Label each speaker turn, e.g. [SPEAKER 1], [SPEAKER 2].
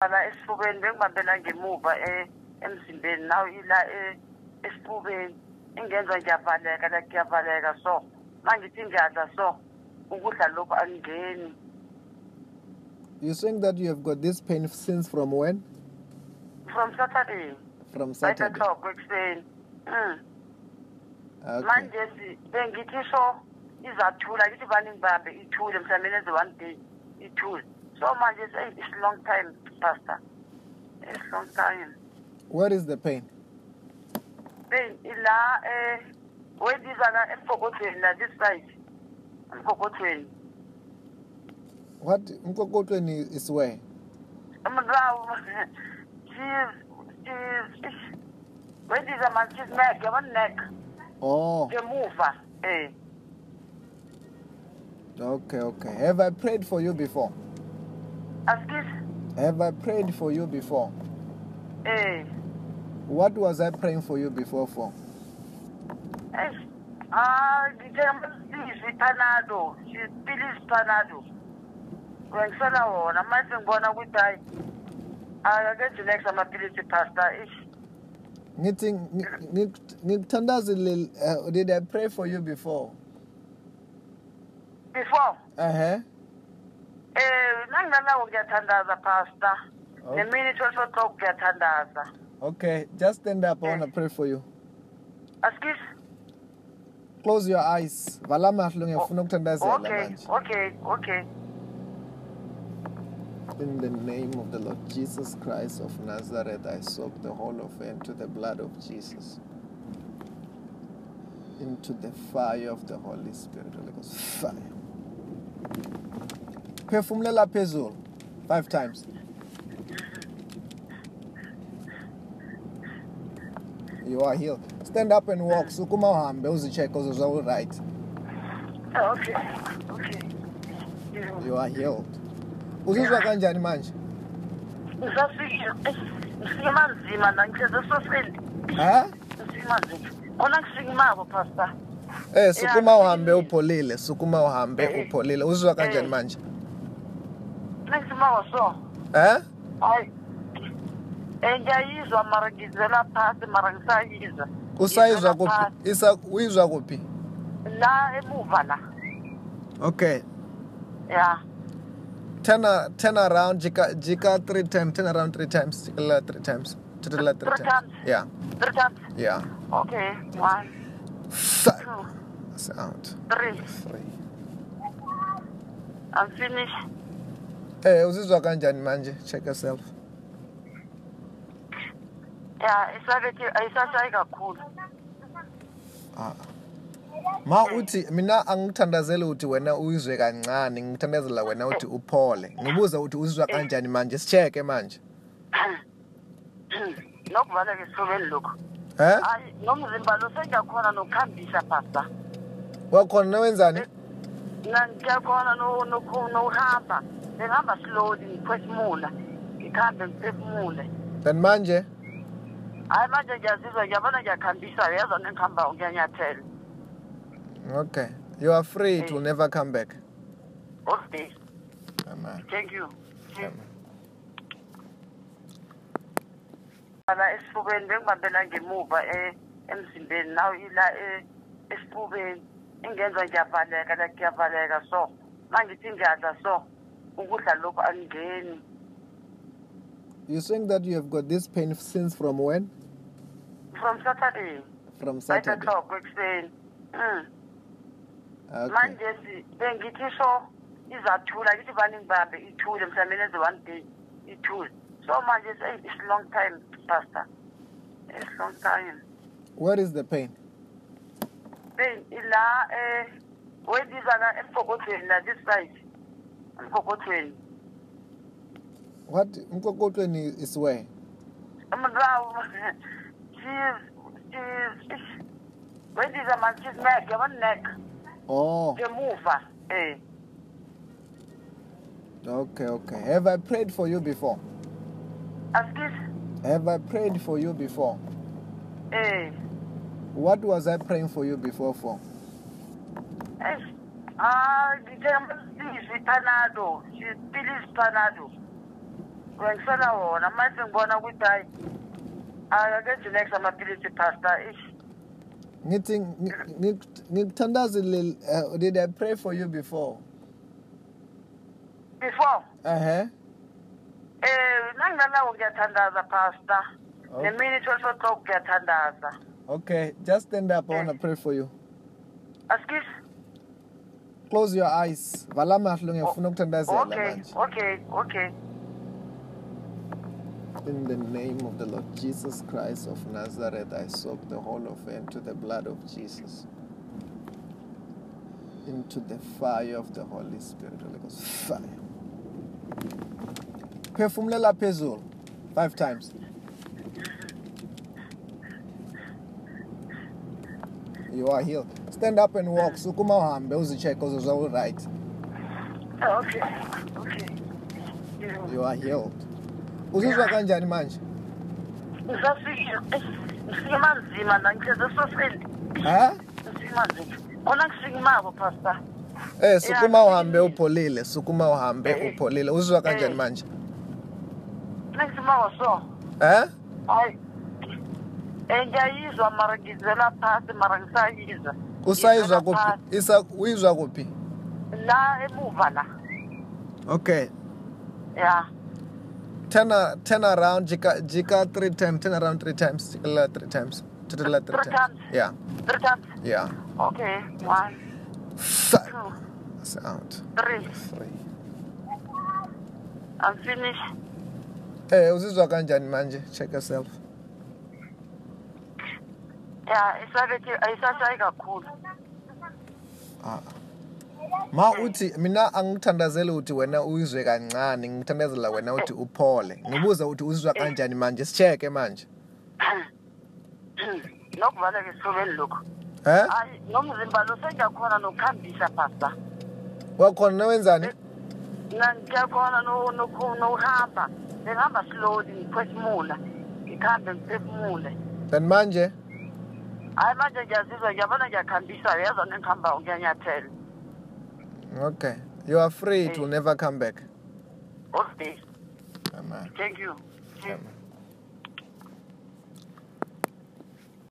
[SPEAKER 1] la esifubeni bengibambela ngemuva eh, emzimbeni nawe ila eh, esifubeni engenza ngiyavaleka la ngiyavaleka so mangithi ngiyadla so ukudla lokhu angeni
[SPEAKER 2] You're saying that you have got this pain since from when?
[SPEAKER 1] from saturday
[SPEAKER 2] From
[SPEAKER 1] eight
[SPEAKER 2] Saturday.
[SPEAKER 1] o'clock ekuseni mm.
[SPEAKER 2] Okay.
[SPEAKER 1] manje si- bengithi so izathula ngithi bani ngibambe ithule mhlawumbe nenze one day ithule so manje it's- it's long time pastor it's long time
[SPEAKER 2] Where is the pain?
[SPEAKER 1] pain ila eh wendiza la emgogodweni la this side emgogodweni
[SPEAKER 2] What Mkokotweni is where?
[SPEAKER 1] umrawu she's she's wendiza man she's neck yabona neck
[SPEAKER 2] Oh,
[SPEAKER 1] ngemuva eh
[SPEAKER 2] okay, okay. Have I prayed for you before?
[SPEAKER 1] asikisi
[SPEAKER 2] Have I prayed for you before?
[SPEAKER 1] eh
[SPEAKER 2] What was I praying for you before for?
[SPEAKER 1] eish ah ngithemba ipanado sipilisi panado kwengisela wona manje ngibona ukuthi hayi akakethi next amapilisi pastor ish
[SPEAKER 2] Ngithi ngi- ngi- ngikuthandazile uh, did I pray for you before?
[SPEAKER 1] before
[SPEAKER 2] Uh-huh.
[SPEAKER 1] Eh, nangalawo ngiyathandaza pastor.
[SPEAKER 2] Okay.
[SPEAKER 1] Nemini 12 o'clock ngiyathandaza.
[SPEAKER 2] Okay, just stand up. I want to pray for you.
[SPEAKER 1] Askis.
[SPEAKER 2] Close your eyes. Vala amehlo ngiyafuna ukuthandazela
[SPEAKER 1] Okay,
[SPEAKER 2] manje.
[SPEAKER 1] okay, okay.
[SPEAKER 2] In the name of the Lord Jesus Christ of Nazareth, I soak the whole of it into the blood of Jesus, into the fire of the Holy Spirit. Holy Ghost, fire. Phefumulela phezulu five times. You are healed. Stand up and walk. Sukuma uhambe uzicheck uzozwa uright.
[SPEAKER 1] Eh, Okay. Okay.
[SPEAKER 2] You are healed. Uzizwa kanjani manje?
[SPEAKER 1] Ngisafike. Ngisike manzima la ngihlezi esofeni.
[SPEAKER 2] Huh?
[SPEAKER 1] Ngisike manzima. Khona ngisike mako pastor.
[SPEAKER 2] Eh sukuma
[SPEAKER 1] Yeah.
[SPEAKER 2] uhambe upholile, sukuma uhambe
[SPEAKER 1] Eh.
[SPEAKER 2] upholile. Uzizwa kanjani
[SPEAKER 1] Eh.
[SPEAKER 2] manje?
[SPEAKER 1] Ngisike mako so.
[SPEAKER 2] Eh?
[SPEAKER 1] Hayi. Eh ngiyayizwa mara ngizela phansi mara ngisayizwa.
[SPEAKER 2] Usayizwa
[SPEAKER 1] Ngizwela phasi.
[SPEAKER 2] kuphi? Isa uyizwa kuphi?
[SPEAKER 1] La emuva la.
[SPEAKER 2] Okay.
[SPEAKER 1] Yeah.
[SPEAKER 2] Turn a, turn around jika jika 3 times, turn around 3 times, jika 3 times. Jika 3
[SPEAKER 1] Three
[SPEAKER 2] times.
[SPEAKER 1] times.
[SPEAKER 2] Yeah.
[SPEAKER 1] Three times.
[SPEAKER 2] Yeah.
[SPEAKER 1] Okay. One,
[SPEAKER 2] Sa-
[SPEAKER 1] two,
[SPEAKER 2] Sound.
[SPEAKER 1] three.
[SPEAKER 2] 3.
[SPEAKER 1] I'm finished.
[SPEAKER 2] Eh uzizwa kanjani manje? Check yourself.
[SPEAKER 1] Yeah, isabethi ayisashayi kakhulu.
[SPEAKER 2] Ah. Ma
[SPEAKER 1] Eh.
[SPEAKER 2] uthi mina angithandazeli uthi wena uyizwe kancane, ngithandazela wena uthi uphole. Ngibuza uthi uzizwa
[SPEAKER 1] Eh.
[SPEAKER 2] kanjani manje? Sicheke manje.
[SPEAKER 1] Nokuvaleka esifubeni lokho.
[SPEAKER 2] Eh?
[SPEAKER 1] Hayi, nomzimba lo sengiyakhona nokuhambisa pastor.
[SPEAKER 2] wakhona
[SPEAKER 1] Eh?
[SPEAKER 2] nowenzani
[SPEAKER 1] Mina ngiyakhona no- nokhu- nokuhamba. Ngihamba slowly ngiphefumula. Ngikhambe ngiphefumule.
[SPEAKER 2] then manje
[SPEAKER 1] Hayi manje ngiyazizwa ngiyabona ngiyakhambisa uyazwa nengihamba ngiyanyathela.
[SPEAKER 2] okay you are free
[SPEAKER 1] Eh.
[SPEAKER 2] it will never come back
[SPEAKER 1] Okay.
[SPEAKER 2] amen
[SPEAKER 1] Thank you.
[SPEAKER 2] amen
[SPEAKER 1] la esifubeni bengibambela ngemuva eh, emzimbeni nawe ila eh, esifubeni engenza ngiyavaleka la ngiyavaleka so mangithi ngiyadla so ukudla lokhu angeni
[SPEAKER 2] you're saying that you have got this pain since from when
[SPEAKER 1] from saturday
[SPEAKER 2] from
[SPEAKER 1] eight
[SPEAKER 2] saturday
[SPEAKER 1] o'clock ekuseni mm.
[SPEAKER 2] okay
[SPEAKER 1] manje si- bengithi so izathula ngithi bani ngibambe ithule mhlawumbe nenze one day ithule so manje it's- it's long time pastor it's long time
[SPEAKER 2] where is the pain
[SPEAKER 1] pain ila eh wendiza la emgogodweni la this side emgogodweni
[SPEAKER 2] what mkokotweni is where
[SPEAKER 1] umrawu she's she's wendiza man she's neck yabona neck
[SPEAKER 2] oh
[SPEAKER 1] ngemuva eh
[SPEAKER 2] okay okay have i prayed for you before
[SPEAKER 1] asikisi
[SPEAKER 2] have i prayed for you before
[SPEAKER 1] eh
[SPEAKER 2] what was i praying for you before for
[SPEAKER 1] eish ah ngithemba isipilisi panado isipilisi panado wengisela wona manje sengibona ukuthi hayi akakenzi next amaphilisi pastor ish
[SPEAKER 2] ngithi ngi- ngi- ngikuthandazile uh, did i pray for you before
[SPEAKER 1] before
[SPEAKER 2] ehe
[SPEAKER 1] um nangingalawo ngiyathandaza pastor
[SPEAKER 2] Okay.
[SPEAKER 1] nemini twelve o'clock ngiyathandaza
[SPEAKER 2] okay just stand up i want to
[SPEAKER 1] Eh.
[SPEAKER 2] pray for you
[SPEAKER 1] asikisi
[SPEAKER 2] close your eyes vala amahlo ngiyafuna ukuthandazela
[SPEAKER 1] okay
[SPEAKER 2] manje
[SPEAKER 1] okay okay
[SPEAKER 2] In the name of the Lord Jesus Christ of Nazareth, I soak the whole of it into the blood of Jesus, into the fire of the Holy Spirit. Holy Ghost, fire. Phefumulela phezulu five times. You are healed. Stand up and walk. Sukuma uhambe uzicheck uzozwa uright.
[SPEAKER 1] Eh, okay okay
[SPEAKER 2] You are healed. Uzizwa kanjani manje?
[SPEAKER 1] ngisafike ngisikimanzima la ngihleze soseni
[SPEAKER 2] Huh?
[SPEAKER 1] ngisikimanzima khona ngisikimako pastor
[SPEAKER 2] Eh sukuma
[SPEAKER 1] Yeah.
[SPEAKER 2] uhambe upholile, sukuma uhambe
[SPEAKER 1] Eh.
[SPEAKER 2] upholile. Uzizwa kanjani
[SPEAKER 1] Eh.
[SPEAKER 2] manje?
[SPEAKER 1] nangisimako so
[SPEAKER 2] Eh?
[SPEAKER 1] hayi um ngiyayizwa mara ngizela phasi mara ngisayizwa
[SPEAKER 2] Usayizwa
[SPEAKER 1] Ngizwela
[SPEAKER 2] kuphi?
[SPEAKER 1] phasi.
[SPEAKER 2] Isa uyizwa kuphi?
[SPEAKER 1] la emuva la
[SPEAKER 2] Okay.
[SPEAKER 1] ya
[SPEAKER 2] Turn a- turn around jika jika 3 times, turn around 3 times, jika 3 times. Tutela 3
[SPEAKER 1] Three
[SPEAKER 2] times.
[SPEAKER 1] times.
[SPEAKER 2] Yeah.
[SPEAKER 1] three times
[SPEAKER 2] Yeah.
[SPEAKER 1] okay one
[SPEAKER 2] Fuck.
[SPEAKER 1] two
[SPEAKER 2] That's out.
[SPEAKER 1] three
[SPEAKER 2] 3.
[SPEAKER 1] i'm finished
[SPEAKER 2] Eh uzizwa kanjani manje? Check yourself.
[SPEAKER 1] ya isabethi ayisashayi kakhulu
[SPEAKER 2] Ah. Ma uthi mina angithandazeli uthi wena uyizwe kancane, ngithandazela wena uthi uphole. Ngibuza uthi uzizwa kanjani manje? Sicheke manje.
[SPEAKER 1] nokuvaleka esifubeni lokhu
[SPEAKER 2] Eh?
[SPEAKER 1] hayi nomzimba lo sengiyakhona nokuhambisa pastor
[SPEAKER 2] Wakhona wenzani?
[SPEAKER 1] Na- ngiyakhona no- noku- nokuhamba bengihamba slowly ngiphefumula ngikuhambe ngiphefumule
[SPEAKER 2] Then manje
[SPEAKER 1] hayi manje ngiyazizwa ngiyabona ngiyakuhambisa uyezwa nengihambayo ngiyanyathela
[SPEAKER 2] Okay. You are free. It will never come back.
[SPEAKER 1] all day
[SPEAKER 2] Amen.
[SPEAKER 1] thank you
[SPEAKER 2] Amen.